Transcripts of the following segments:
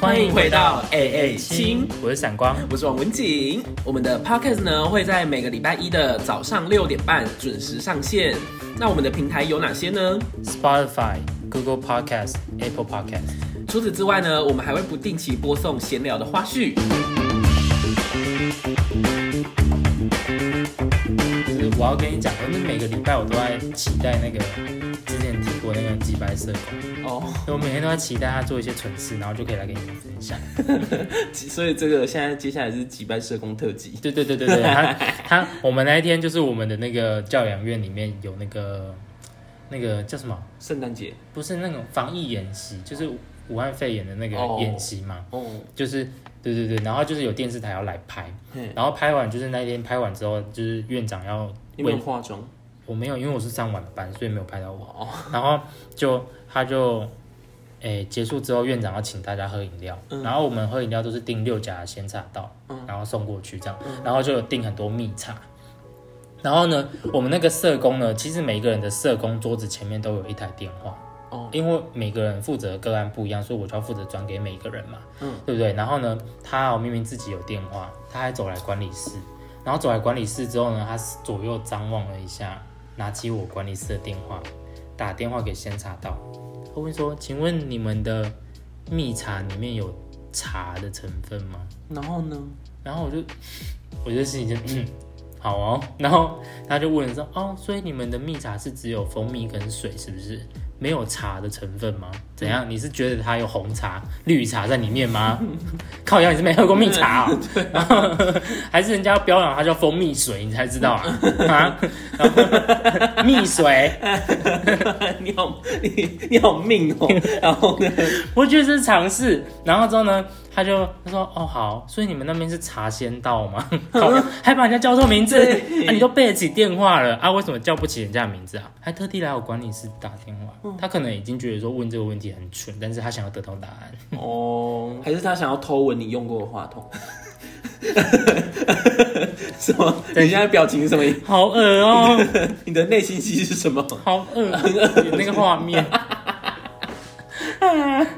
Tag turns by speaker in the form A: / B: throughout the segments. A: 欢迎回到
B: 亲
A: AA 哎亲，，
B: 我是闪光，
A: 我是王文景。我们的 podcast 呢会在每个礼拜一的早上六点半准时上线。那我们的平台有哪些呢？
B: Spotify、Google Podcast、Apple Podcast。
A: 除此之外呢，我们还会不定期播送闲聊的花絮。
B: 就是我要跟你讲，就是每个礼拜我都在期待那个之前提过那个几白社工，
A: 哦，
B: 我每天都在期待他做一些蠢事，然后就可以来跟你们分享。
A: 所以这个现在接下来是几班社工特辑。
B: 对对对对对， 他他我们那一天就是我们的那个教养院里面有那个那个叫什么？
A: 圣诞节
B: 不是那种防疫演习，就是武汉肺炎的那个
A: 哦
B: 演习嘛，
A: 哦，
B: 就是对对对，然后就是有电视台要来拍
A: 嘿，
B: 然后拍完就是那一天拍完之后，就是院长要
A: 有没
B: 为
A: 有化妆？
B: 我没有，因为我是上晚班，所以没有拍到我。
A: 哦，
B: 然后就他就，诶、结束之后，院长要请大家喝饮料，
A: 嗯
B: 然后我们喝饮料都是订六甲鲜茶道，然后送过去这样，然后就有订很多蜜茶。然后呢，我们那个社工呢，其实每个人的社工桌子前面都有一台电话，
A: 哦，
B: 因为每个人负责的个案不一样，所以我就要负责转给每一个人嘛，嗯，对不对？然后呢，他哦明明自己有电话，他还走来管理室，然后走来管理室之后呢，他左右张望了一下，拿起我管理室的电话，打电话给先查到，他问说：“请问你们的蜜茶里面有茶的成分吗？”
A: 然后呢？
B: 然后我就我就心里就嗯，好哦。然后他就问说，哦，所以你们的蜜茶是只有蜂蜜跟水，是不是没有茶的成分吗？怎样？你是觉得它有红茶、绿茶在里面吗？靠腰，你是没喝过蜜茶、哦，然后 还是人家标榜它叫蜂蜜水，你才知道啊？啊，然后蜜水，
A: 你好，你你好命 哦。然后呢？
B: 我觉得这是尝试。然后之后呢，他就他说哦好，所以你们那边是茶仙道 吗？靠腰还把人家叫错名字，
A: 对
B: 啊你都背得起电话了啊，为什么叫不起人家的名字啊？还特地来我管理室打电话，他可能已经觉得说问这个问题很蠢，但是他想要得到答案。
A: 哦，还是他想要偷闻你用过的话筒？ 什么？你现在表情是什么？
B: 好恶哦、
A: 你的内心戏是什么？
B: 好恶，有那个画 面。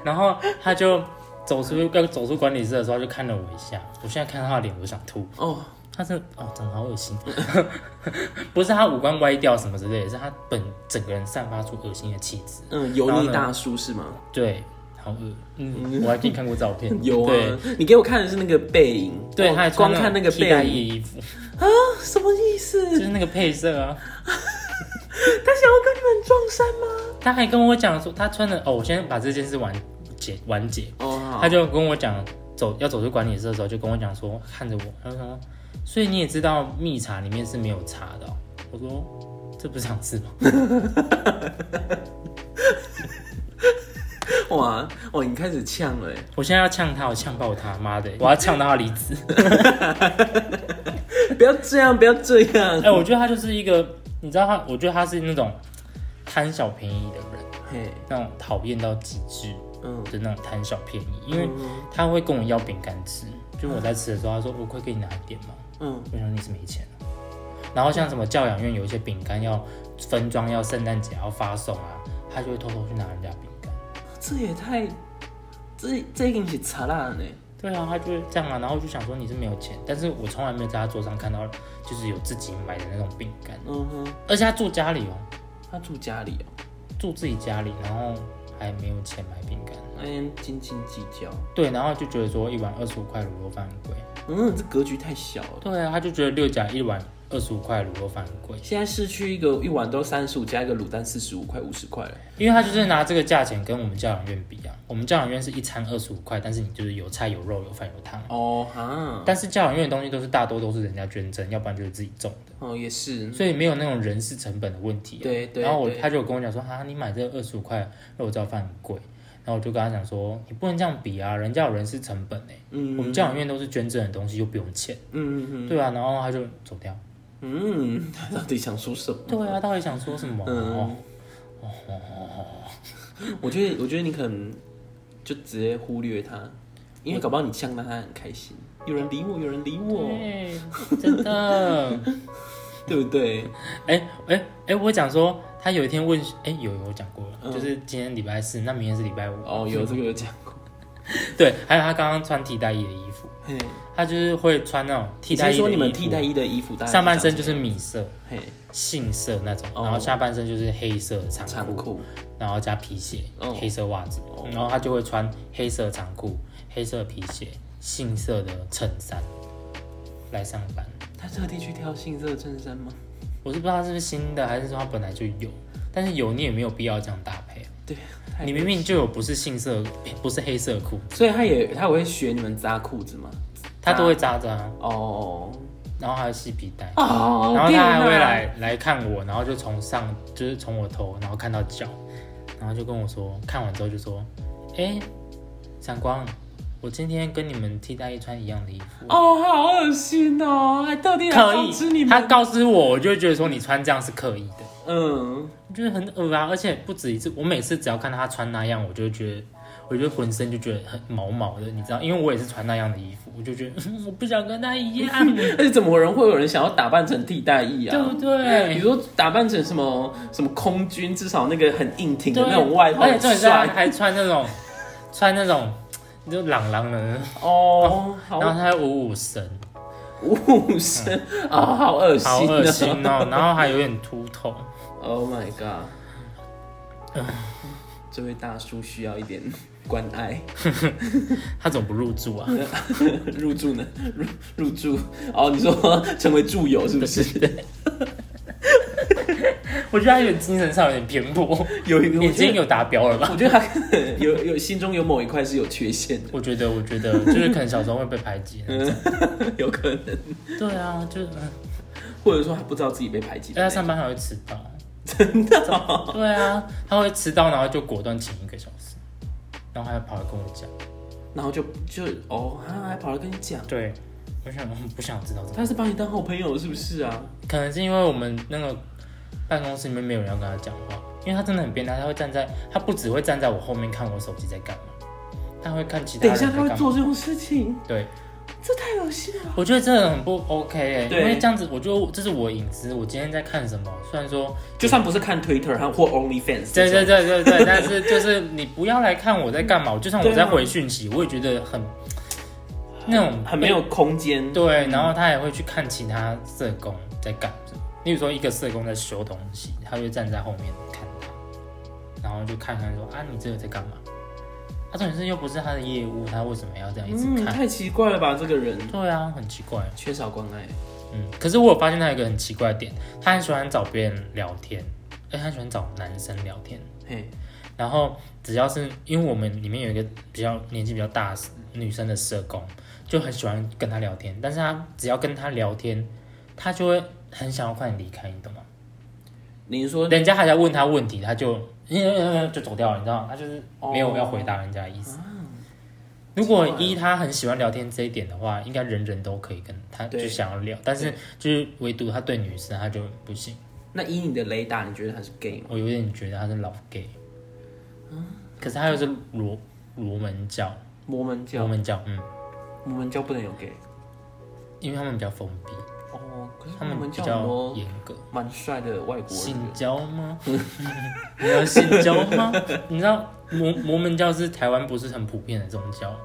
B: 然后他就走出要走出管理室的时候，他就看了我一下。我现在看到他的脸，我想吐。
A: 哦，
B: 他真的哦，长得好恶心， 不是他五官歪掉什么之类的，是他本整个人散发出恶心的气质，
A: 嗯，油腻大叔是吗？，
B: 对，好恶，嗯，我还给你看过照片
A: 有
B: 对
A: 啊，你给我看的是那个背影，
B: 对，
A: 哦
B: 他还穿
A: 光看那个
B: 替代
A: 背影，
B: 役衣服，
A: 什么意
B: 就
A: 思？
B: 是那个配色啊，
A: 他想要跟你们撞衫吗？
B: 他还跟我讲说他穿的哦，我先把这件事完结完结，
A: 哦，好
B: 他就跟我讲走要走出管理室的时候，就跟我讲说看着我，他就说，所以你也知道蜜茶里面是没有茶的哦、我说这不是常吃吗？
A: 哇哇，你开始呛了欸，
B: 我现在要呛他，我呛爆他，妈的，我要呛到他离职。
A: 不要这样，不要这 样
B: 哎、。我觉得他就是一个，你知道他，我觉得他是那种贪小便宜的人，
A: 嘿，
B: 那种讨厌到极致
A: 嗯，
B: 的那种贪小便宜，因为他会跟我要饼干吃，就我在吃的时候，他说我可以给你拿一点吗？
A: 嗯，
B: 我想你是没钱、啊。然后像什么教养院有一些饼干要分装，要圣诞节要发送啊，他就会偷偷去拿人家饼干。
A: 这也太，这这已经是扯烂呢。
B: 对啊，他就会这样啊，然后我就想说你是没有钱，但是我从来没有在他桌上看到就是有自己买的那种饼干，
A: 嗯哼，
B: 而且他住家里哦、
A: 他住家里哦，
B: 住自己家里，然后还没有钱买饼干，
A: 那边斤斤计较。
B: 对，然后就觉得说一碗二十五块卤肉饭很贵，
A: 嗯，这格局太小了。
B: 对啊，他就觉得六甲一碗二十五块卤肉饭很贵，
A: 现在市区一个一碗都三十五，加一个卤蛋四十五块、五十块了。
B: 因为他就是拿这个价钱跟我们教养院比啊，我们教养院是一餐二十五块，但是你就是有菜有肉有饭有汤，
A: 哦哈，
B: 但是教养院的东西都是大多都是人家捐赠，要不然就是自己种的，
A: 哦也是，
B: 所以没有那种人事成本的问题啊、
A: 对对
B: 然后我
A: 对
B: 他就有跟我讲说，哈，你买这二十五块肉燥饭很贵，然后我就跟他讲说，你不能这样比啊，人家有人事成本哎、
A: 嗯
B: 我们教养院都是捐赠的东西，又不用钱，
A: 嗯
B: 对啊，然后他就走掉。
A: 嗯，他到底想说什么？
B: 对啊，到底想说什么？
A: 嗯
B: 哦，
A: 我觉得，我觉得你可能就直接忽略它，因为搞不好你呛到它很开心。有人理我，有人理我，
B: 对，真 的。
A: 对不对？
B: 哎哎哎，我讲说他有一天问，哎、有有讲过了，
A: 嗯
B: 就是今天礼拜四，那明天是礼拜五。
A: 哦，有这个有讲过。
B: 对，还有他刚刚穿替代衣的衣服，
A: 嘿，
B: 他就是会穿那种替
A: 你
B: 代
A: 先
B: 衣的衣服。
A: 说你们替代衣的衣服，大概
B: 上半身
A: 长
B: 就是米色、
A: 嘿
B: 杏色那种，
A: 哦
B: 然后下半身就是黑色的长
A: 长
B: 裤，
A: 裤，
B: 然后加皮鞋、
A: 哦
B: 黑色袜子，然后他就会穿黑色长裤、黑色皮鞋、杏色的衬衫来上班。
A: 他特地去挑杏色衬衫 吗？
B: 我是不知道他是不是新的，还是说他本来就有，但是有你也没有必要这样搭配啊。
A: 对，太
B: 你明明就有不是杏色，不是黑色裤，
A: 所以他也他也会学你们扎裤子吗？
B: 他都会扎着啊，
A: 哦
B: 然后还有系皮带，
A: 哦，
B: 然后
A: 天
B: 他还会
A: 哪
B: 来来看我，然后就从上就是从我头，然后看到脚，然后就跟我说，看完之后就说，哎、闪光，我今天跟你们替代役穿一样的衣服。
A: 哦，好恶心哦，还特地来
B: 刻
A: 通知你
B: 意，他
A: 们，
B: 告知我，我就会觉得说你穿这样是刻意的，
A: 嗯，
B: 我觉得很恶啊！而且不止一次，我每次只要看到他穿那样，我就会觉得，我就浑身就觉得很毛毛的，你知道？因为我也是穿那样的衣服，我就觉得、嗯我不想跟他一样，
A: 而且怎么人会有人想要打扮成替代役
B: 对
A: 啊
B: 不？
A: 比
B: 对？
A: 如说打扮成什么什么空军，至少那个很硬挺的
B: 对
A: 那种外套，
B: 而且重点
A: 很
B: 是他
A: 帅
B: 还穿那 种穿那种就朗朗的，
A: 哦，好
B: 然后他还五五神，
A: 五身啊，好恶
B: 好恶心
A: 心啊
B: 哦，然后还有点秃头，
A: ！Oh my god，这位大叔需要一点关爱。
B: 他怎么不入住啊？
A: 嗯入住呢？入入住哦，你说 成为住友是不是？
B: 我觉得他有点精神上有点偏颇，
A: 有一个
B: 眼
A: 我觉
B: 睛
A: 得，
B: 有达标了吧？
A: 我觉得他可能 有有心中有某一块是有缺陷
B: 我觉得，我觉 得就是可能小时候会被排挤，
A: 嗯的， 有可能，
B: 对啊，就是。嗯
A: 或者说他不知道自己被排挤
B: 而且他
A: 的那
B: 上
A: 种。
B: 班还会迟到，真
A: 哦
B: 的、对啊，他会迟到，然后就果断请一个小时，然后还跑来跟我讲。
A: 然后就就哦，他还跑来跟你讲，
B: 对，我想我不想知道这个，
A: 他是把你当好朋友是不是啊？
B: 可能是因为我们那个办公室里面没有人要跟他讲话，因为他真的很变态，他会站在，他不只会站在我后面看我手机在干嘛，他会看其他
A: 等
B: 人
A: 一
B: 在
A: 下他
B: 干
A: 会
B: 嘛。
A: 做这种事情，
B: 对，
A: 这太恶心了。
B: 我觉得这个很不 OK 哎、
A: 对
B: 因为这样子，我就这是我隐私，我今天在看什么，虽然说
A: 就算不是看 Twitter 和或 OnlyFans，
B: 对
A: 这
B: 对
A: 种
B: 对对对，但是就是你不要来看我在干嘛，我就算我在回讯息，我也觉得很那种
A: 啊很没有空间。
B: 对，然后他也会去看其他社工在干什么，例如说一个社工在修东西，他就站在后面看他，然后就看他说啊你这个在干嘛？他、重点是又不是他的业务，他为什么要这样一直
A: 嗯，
B: 看？
A: 太奇怪了吧，这个人
B: 对啊，很奇怪。
A: 缺少关爱。
B: 嗯，可是我有发现他有一个很奇怪的点，他很喜欢找别人聊天，哎、他很喜欢找男生聊天。
A: 嘿，
B: 然后只要是因为我们里面有一个比较年纪比较大的女生的社工，就很喜欢跟她聊天，但是她只要跟她聊天，她就会很想要快点离开，你懂吗？
A: 您说
B: 人家还在问她问题，她就、嗯就走掉了，你知道吗？她就是没有要回答人家的意思。如果依她很喜欢聊天这一点的话，应该人人都可以跟她
A: 对
B: 就想要聊，但是就是唯独她对女生她就不行。
A: 那以你的雷达，你觉得他是 gay 吗？
B: 我有点觉得她是老 gay，可
A: 啊
B: 是她又是罗罗门教。
A: 摩门
B: 我
A: 教，
B: 们讲，嗯，
A: 摩门教不能有 gay。
B: 因为他们比较封闭，
A: 哦，可是
B: 他
A: 摩
B: 们
A: 门
B: 比
A: 教很
B: 较
A: 多
B: 严格。
A: 蛮帅的外国人
B: 信，教吗？ 你要信教吗？你知道摩摩门教是台湾不是很普遍的宗教？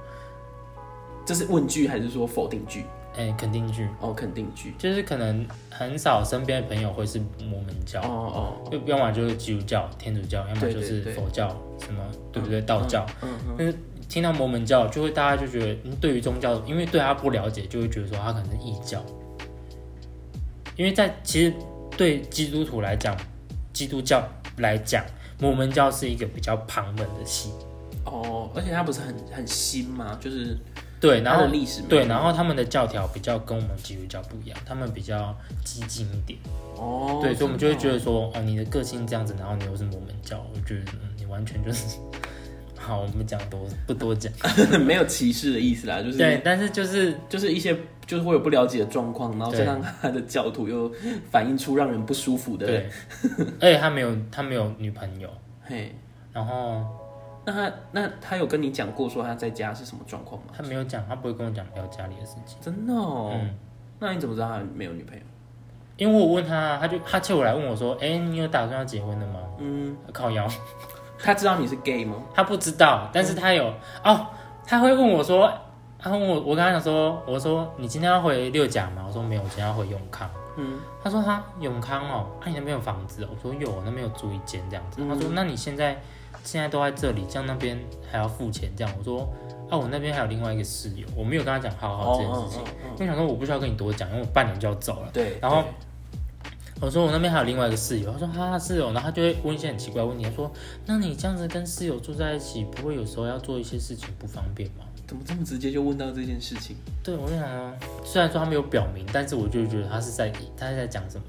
A: 这是问句还是说否定句？
B: 哎、肯定句
A: 哦，肯定句。
B: 就是可能很少身边的朋友会是摩门
A: 哦
B: 教，
A: 哦，
B: 就要么就是基督教、天主教，要么
A: 对
B: 就
A: 对
B: 是
A: 对
B: 佛教，什么对不对？道教。
A: 嗯嗯，
B: 但是听到摩门教，就会大家就觉得，嗯，对于宗教，因为对他不了解，就会觉得说啊他可能是异教。因为在其实对基督徒来讲，基督教来讲，摩门教是一个比较旁门的系。
A: 哦，而且他不是很很新吗？就是
B: 对，然
A: 他的
B: 后
A: 哦历史
B: 对，然后他们的教条比较跟我们基督教不一样，他们比较激进一点。
A: 哦，
B: 对，所以我们就会觉
A: 得
B: 得说，哦，你的个性这样子，然后你又是摩门教，我觉得、嗯、你完全就是。 好，我们讲多不多讲？
A: 没有歧视的意思啦，就是
B: 对，但是就是
A: 就是一些就是会有不了解的状况，然后再
B: 对
A: 让他的教徒又反映出让人不 舒服的，
B: 对，而且他没有他没有女朋友，
A: 嘿，
B: 然后
A: 那他那他有跟你讲过说他在家是什么状况吗？
B: 他没有讲，他不会跟我讲聊家里的事情。
A: 真的哦，
B: 嗯
A: 那你怎么知道他没有女朋友？
B: 因为我问他，他就他就我来问我说：“哎、你有打算要结婚的吗
A: 嗯，？”
B: 靠腰，
A: 他知道你是 gay 吗？
B: 他不知道，但是
A: 嗯
B: 他有、哦，他会问我说：“他问我，我跟他讲说，我说你今天要回六甲吗？”我说没有，我今天要回永康。
A: 嗯，
B: 他说他永康哦，啊你那边有房子、哦？我说有，我那边有租一间这样子。
A: 嗯
B: 他说那你现在现在都在这里，这样那边还要付钱这样？我说啊我那边还有另外一个室友，我没有跟他讲好好这件事情，
A: 哦哦哦
B: 因为想说我不需要跟你多讲，因为我半年就要走了。
A: 对，
B: 然后
A: 对
B: 我说我那边还有另外一个室友，他说哈室友，然后他就会问一些很奇怪的问题，他说那你这样子跟室友住在一起，不会有时候要做一些事情不方便吗？
A: 怎么这么直接就问到这件事情？
B: 对，我就想说，虽然说他没有表明，但是我就觉得他是在他是在讲什么。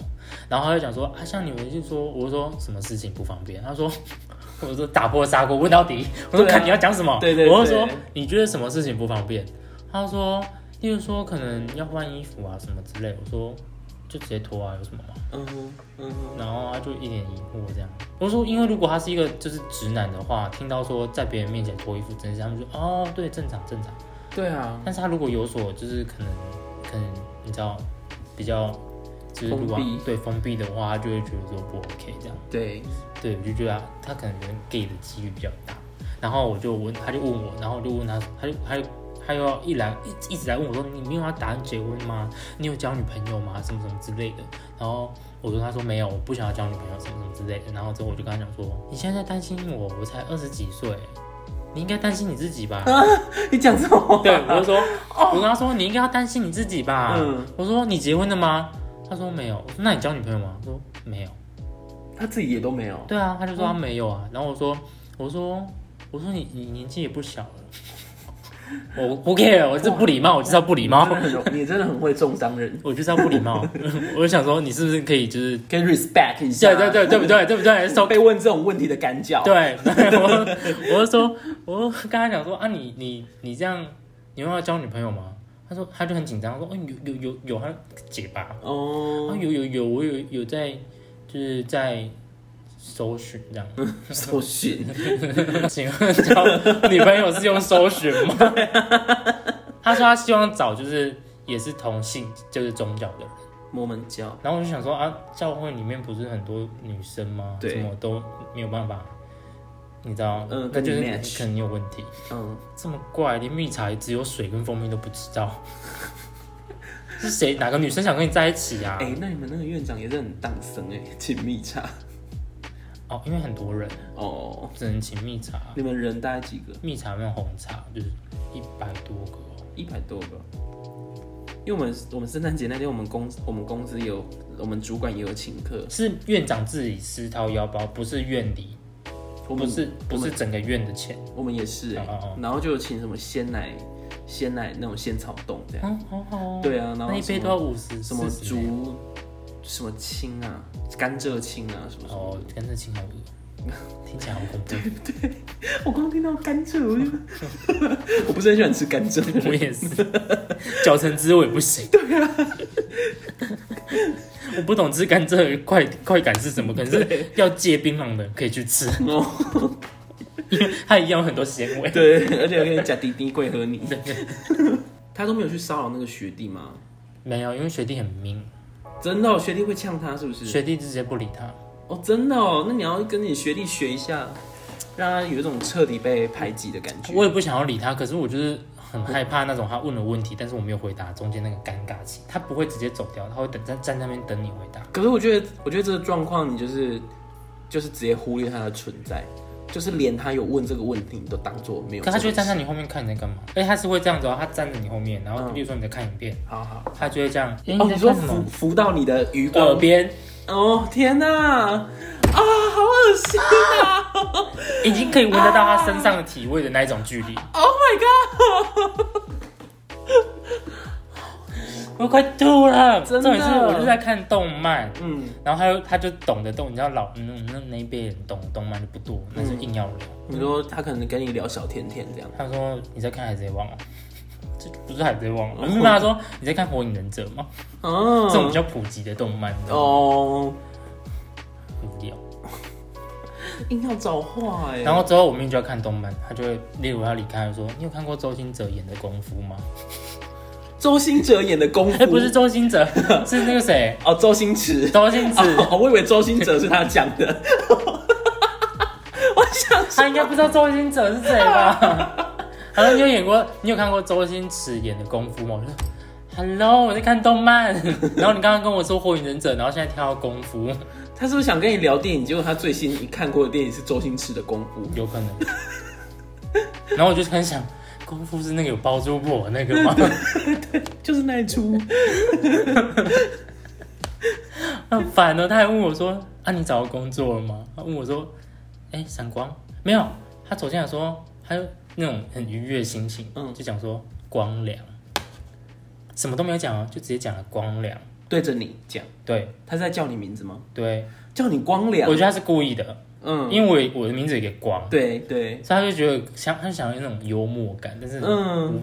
B: 然后他就讲说啊，像你们就说，我说什么事情不方便？他说，我说打破砂锅问到底，我说
A: 对啊
B: 看你要讲什么。
A: 对对对
B: 我就说你觉得什么事情不方便？他说，例如说可能要换衣服啊什么之类。我说就直接脱啊，有什么吗？
A: 嗯哼嗯哼，
B: 然后他就一脸疑惑这样。我说，因为如果他是一个就是直男的话，听到说在别人面前脱衣服这件事，他们就哦对，正常正常。
A: 对啊，
B: 但是他如果有所就是可能可能你知道比较就是如果
A: 封闭
B: 对封闭的话，他就会觉得说不 OK 这样。
A: 对，
B: 对，我就觉得啊他他可能跟 gay 的几率比较大。然后我就问，他就问我，然后我就问他，他就他就他又要一来一一直来问我说，你没有要打算结婚吗？你有交女朋友吗？什么什么之类的。然后我说，他说没有，我不想要交女朋友，什么什么之类的。然后之后我就跟他讲说，你现在在担心我，我才二十几岁，你应该担心你自己吧。
A: 你讲什么？
B: 对，我就说，我跟他说你应该要担心你自己吧。
A: 嗯
B: 我说你结婚了吗？他说没有。我说那你交女朋友吗？他说没有。
A: 他自己也都没有，
B: 对啊，他就说他没有啊。然后我说，我说，我说你你年纪也不小了。我不 care，我这不礼貌，我知道不礼貌
A: 真，的很容，你真的很会重伤人，
B: 我就知道不礼貌。 我就想说，你是不是可以就是，
A: 可以 respect 一下，
B: 对对对对不对对不对？so
A: 被问这种问题的干脚，
B: 对， 我我就说，我就跟他讲说啊，你你你这样，你又要交女朋友吗？他说他就很紧张，说哦有有有有，他结巴，啊
A: 哦，
B: 有有有，我有有在就是在搜寻这样，
A: 搜寻，
B: 请问交女朋友是用搜寻吗？ 他说他希望找就是也是同性就是宗教的人，
A: 摩门教，
B: 然后我就想说啊，教会里面不是很多女生吗？
A: 对
B: 怎么都没有办法，你知道？
A: 嗯
B: 那
A: 跟你
B: 就是你
A: match
B: 可能有问题。
A: 嗯，
B: 这么怪，连蜜茶只有水跟蜂蜜都不知道， 是谁哪个女生想跟你在一起啊？
A: 哎，那你们那个院长也是很荡生哎，请蜜茶，
B: 哦，因为很多人
A: 哦，
B: 只能请蜜茶，
A: 你们人大概几个？
B: 蜜茶没有红茶，就是一百多个哦。
A: 一百多个。因为我们我们圣诞节那天，我们公我们公司有我们主管也有请客，
B: 是院长自己私掏腰包，不是院里，
A: 我
B: 不
A: 们
B: 是不是整个院的钱。
A: 我们也是哎、
B: 哦哦
A: 然后就有请什么鲜奶、鲜奶那种仙草冻这样，
B: 嗯，好好哦。
A: 对啊，然后
B: 那一杯
A: 什
B: 都
A: 么
B: 要五十，
A: 什
B: 40
A: 么
B: 呢
A: 竹、什么青啊、甘蔗青啊什么什么，
B: 哦，跟着青好 恶，听起来好恐怖。
A: 我刚听到甘蔗，我就 我不是很喜欢吃甘蔗，
B: 我也 是，九成汁我也不行。对啊，我不懂吃甘蔗的快快感是什么，可是要戒槟榔的可以去吃，
A: 哦，
B: 因为它一样有很多咸味。
A: 对，而且我跟你讲，滴滴贵和你， 他都没有去骚扰那个学弟吗？
B: 没有，因为学弟很明，
A: 真的哦、学弟会呛他是不是？
B: 学弟直接不理他。
A: 哦，真的哦，那你要跟你学弟学一下，让他有一种彻底被排挤的感觉。
B: 我也不想要理他，可是我就是很害怕那种他问了问题，但是我没有回答，中间那个尴尬期，他不会直接走掉，他会等站站在那边等你回答。
A: 可是我觉得，我觉得这个状况，你就是就是直接忽略他的存在，就是连他有问这个问题，你都当做没有
B: 可他
A: 这回事。
B: 就会站在你后面看你在干嘛，而且他是会这样子哦，他站在你后面，然后比如说你在看影片，
A: 好好。
B: 他就会这样。诶
A: 哦，
B: 在
A: 你说
B: 看什么
A: 扶扶到你的余
B: 耳
A: 光
B: 边，
A: 哦，天哪！啊，好恶心啊
B: 已经可以闻得到他身上的体味的那一种距离，
A: ！Oh my god！
B: 我快吐了。
A: 真的
B: 重点是我就在看动漫，
A: 嗯
B: 然后他又他就懂得动，你知道老嗯那那一辈人懂动漫就不多，那是硬要聊。
A: 你说他可能跟你聊小甜甜这样，
B: 他说你在看海贼王啊？ 这不是海贼王啊，没有他说你在看火影忍者吗？
A: 嗯，
B: 这种比较普及的动漫，
A: 哦，
B: 无聊。
A: 硬要找话哎、
B: 然后之后我们就要看动漫，他就会，例如他离开，我说你有看过周星哲演的《功夫》吗？
A: 周星哲演的功夫，
B: 哎、不是周星哲，是那个谁，
A: 哦，周星驰。
B: 周星驰，
A: 哦，我以为周星哲是他讲的。 我想
B: 他应该不知道周星哲是谁吧？他说你有演过，你有看过周星驰演的《功夫》吗？我就说 Hello，我在看动漫。然后你刚刚跟我说《火影忍者》，然后现在跳到《功夫》，
A: 他是不是想跟你聊电影？结果他最新一看过的电影是周星驰的功夫。
B: 有可能。然后我就很想，《功夫》是那个有包租婆那个吗？
A: 就是那一出。
B: 很烦哦。他还问我说：“啊，你找到工作了吗？”他问我说：“哎、闪光没有？”他走进来说，他就那种很愉悦的心情，
A: 嗯
B: 就讲说光良，什么都没有讲哦，就直接讲了光良。
A: 对着你讲，
B: 对
A: 他是在叫你名字吗？
B: 对，
A: 叫你光良
B: 我。觉得他是故意的，
A: 啊嗯，
B: 因为我我的名字有一个光，
A: 对对，
B: 所以他就觉得想他想要那种幽默感，但是
A: 嗯，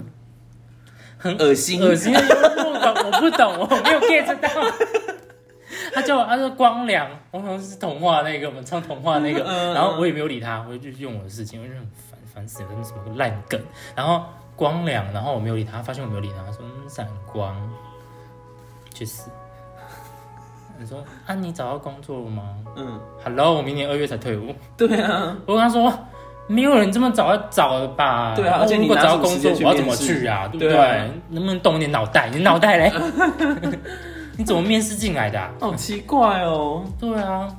B: 很
A: 恶心，
B: 恶心的幽默感，我不懂，我没有 get 到。 他叫我，他说光良，我好像是童话那个，我们唱童话那个，
A: 嗯嗯
B: 然后我也没有理他，我就用我的事情，我就很烦烦死了，什么烂梗。然后光良，然后我没有理他，发现我没有理他，他说嗯闪光，去 死。你说啊，你找到工作了吗
A: 嗯，
B: ？Hello，我明年二月才退伍。
A: 对啊，
B: 我跟他说，没有人这么早要找的吧？
A: 对啊
B: 那
A: 而且
B: 我
A: 你
B: 如果
A: 拿
B: 找到
A: 什么
B: 工
A: 时
B: 作，
A: 间
B: 我要
A: 去
B: 怎么
A: 面试
B: 去啊？对不
A: 对啊
B: 对？能不能动一点脑袋？ 你脑袋嘞？你怎么面试进来的啊、
A: 好奇怪哦，
B: 对啊，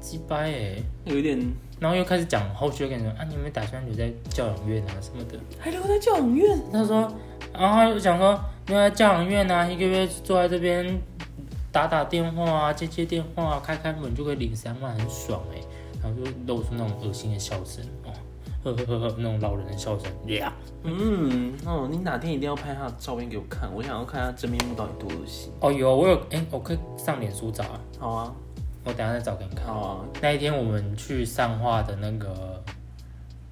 B: 鸡掰哎！
A: 有一点
B: 然后又开始讲后续，又跟你说啊，你有没有打算留在教养院啊什么的？
A: 还留在教养院，
B: 他说，然后他就想说留在教养院啊，一个月坐在这边打打电话啊，接接电话啊，开开门就可以领三万，很爽哎、然后就露出那种恶心的笑声哦，呵呵呵呵，那种老人的笑声，呀、
A: 嗯，哦，你哪天一定要拍他的照片给我看，我想要看他真面目到底多恶心。
B: 哦有我有哎、我可以上脸书找啊，
A: 好啊，
B: 我等一下再找给你看。
A: 好啊，
B: 那一天我们去上化的那个，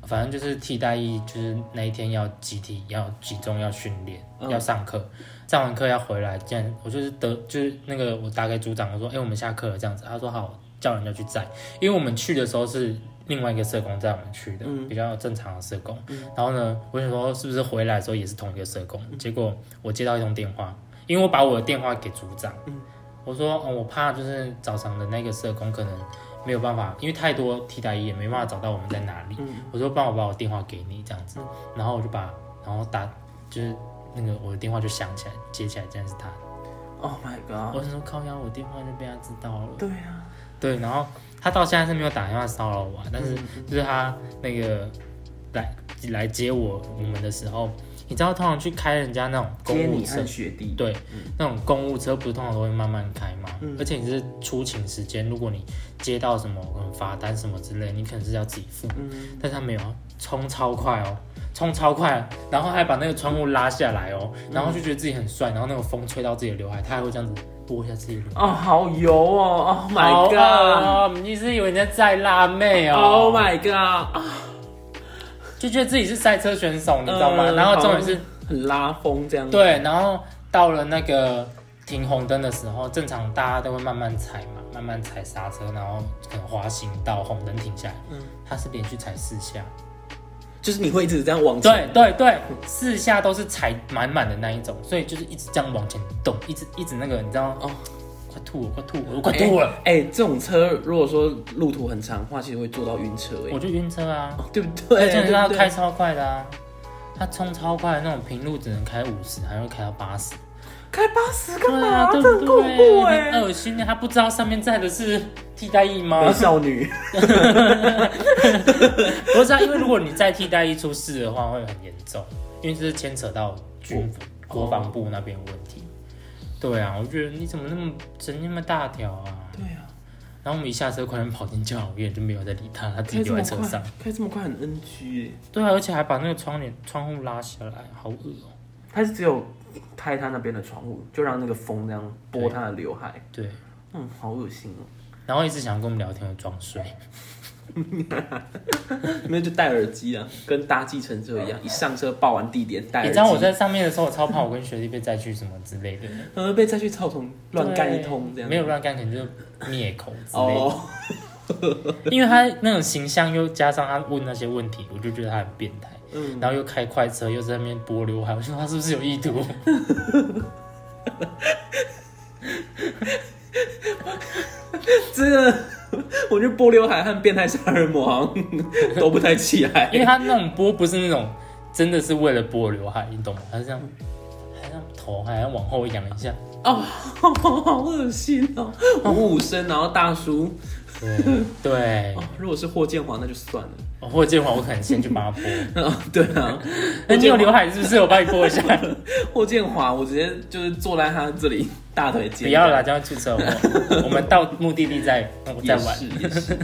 B: 反正就是替代役，就是那一天要集体要集中要训练，
A: 嗯
B: 要上课，上完课要回来。这样我就是得就是那个我打给组长，我说哎、我们下课了这样子，他说好，叫人家去载，因为我们去的时候是。另外一个社工载我们去的，比较正常的社工。然后呢，我想说是不是回来的时候也是同一个社工？结果我接到一通电话，因为我把我的电话给组长，我说、哦、我怕就是早上的那个社工可能没有办法，因为太多替代役也没办法找到我们在哪里。
A: 嗯
B: 我说帮我把我电话给你这样子，然后我就把然后打就是那个我的电话就响起来，接起来竟然是他。
A: ，Oh my
B: 我
A: god，
B: 想说靠腰，我电话就被他知道了。
A: 对啊，
B: 对，然后他到现在是没有打电话骚扰我、啊，但是就是他那个来来接我我们的时候，你知道通常去开人家那种
A: 接
B: 公务
A: 你
B: 车
A: 和，学弟，
B: 对，那种公务车不是通常都会慢慢开吗？
A: 嗯
B: 而且你是出勤时间，如果你接到什么嗯罚单什么之类，你可能是要自己付。
A: 嗯
B: 但是他没有，冲超快哦，冲超快，然后还把那个窗户拉下来哦，
A: 嗯
B: 然后就觉得自己很帅，然后那个风吹到自己的刘海，他还会这样子拨一下自己的刘海。
A: 哦，好油哦，Oh
B: 好
A: my
B: 饿
A: god，Oh
B: 哦，你是以为你在在辣妹哦
A: Oh my god，啊
B: 就觉得自己是赛车选手，你知道吗？
A: 嗯
B: 然后重点是
A: 好像很拉风这样，，
B: 对，然后到了那个停红灯的时候，正常大家都会慢慢踩嘛，慢慢踩刹车，然后可能滑行到红灯停下来。嗯，他是连续踩四下。
A: 就是你会一直这样往前，
B: 对对对，四下都是踩满满的那一种，所以就是一直这样往前动，一直一直那个，你知道哦
A: 哦，
B: 快吐了，快吐了，我快吐了，
A: 哎、哎这种车如果说路途很长的话，其实会坐到晕车、哎
B: 我就晕车啊。
A: 对不对？
B: 而且
A: 对
B: 你知道
A: 不
B: 他
A: 对
B: 开超快的啊，他冲超快，那种平路只能开五十，还会开到八十。
A: 开八十干
B: 对
A: 嘛？
B: 啊，对
A: 这
B: 不
A: 很恐怖
B: 对？
A: 哎、
B: 很恶心欸的，他不知道上面载的是替代役吗
A: 美？ 少女，
B: 不是啊，因为如果你再替代役出事的话，会很严重，因为这是牵扯到军
A: 国
B: 国防部那边的问题。对啊，我觉得你怎么那么神经那么大条啊？
A: 对啊，
B: 然后我们一下车，快点跑进教养院，就没有再理他，他自己
A: 开这
B: 留在
A: 么
B: 车上
A: 快。，开这么快很 NG 哎、
B: 对啊，而且还把那个窗帘窗户拉下来，好恶哦、
A: 他是只有开他那边的窗户，就让那个风这样拨他的刘海，
B: 对，
A: 嗯，好恶心哦、
B: 然后一直想跟我们聊天，我装睡。
A: 没有就戴耳机啊，跟搭计程车一样，一上车报完地点戴耳
B: 你
A: 机，
B: 知道我在上面的时候，我超怕我跟学弟被载去什么之类的，
A: 呃然后被再去草丛乱干一通这样，
B: 没有乱干，可能就灭口之类的。
A: 哦，
B: 因为他那种形象又加上他问那些问题，我就觉得他很变态。
A: 嗯，
B: 然后又开快车，又在那边拨刘海，我说他是不是有意 图？
A: 这个 我觉得波刘海和变态杀人魔好像 都不太起来
B: 因。为他那种拨不是那种真的是为了拨刘海，你懂吗？他是这样，还让头还要往后仰一下。
A: 哦， 好恶心哦！五五身，然后大叔。
B: 对对
A: 哦，，如果是霍建华，那就算了。
B: 哦霍建华，我可能先去帮他拨。
A: 哦，对啊，
B: 那你有刘海是不是？我帮你 拨一下。
A: 霍建华，我直接就是坐在他这里大腿
B: 不
A: 间。
B: 要啦，这样会出车祸。我们到目的地再我
A: 也
B: 再玩。
A: 是也是。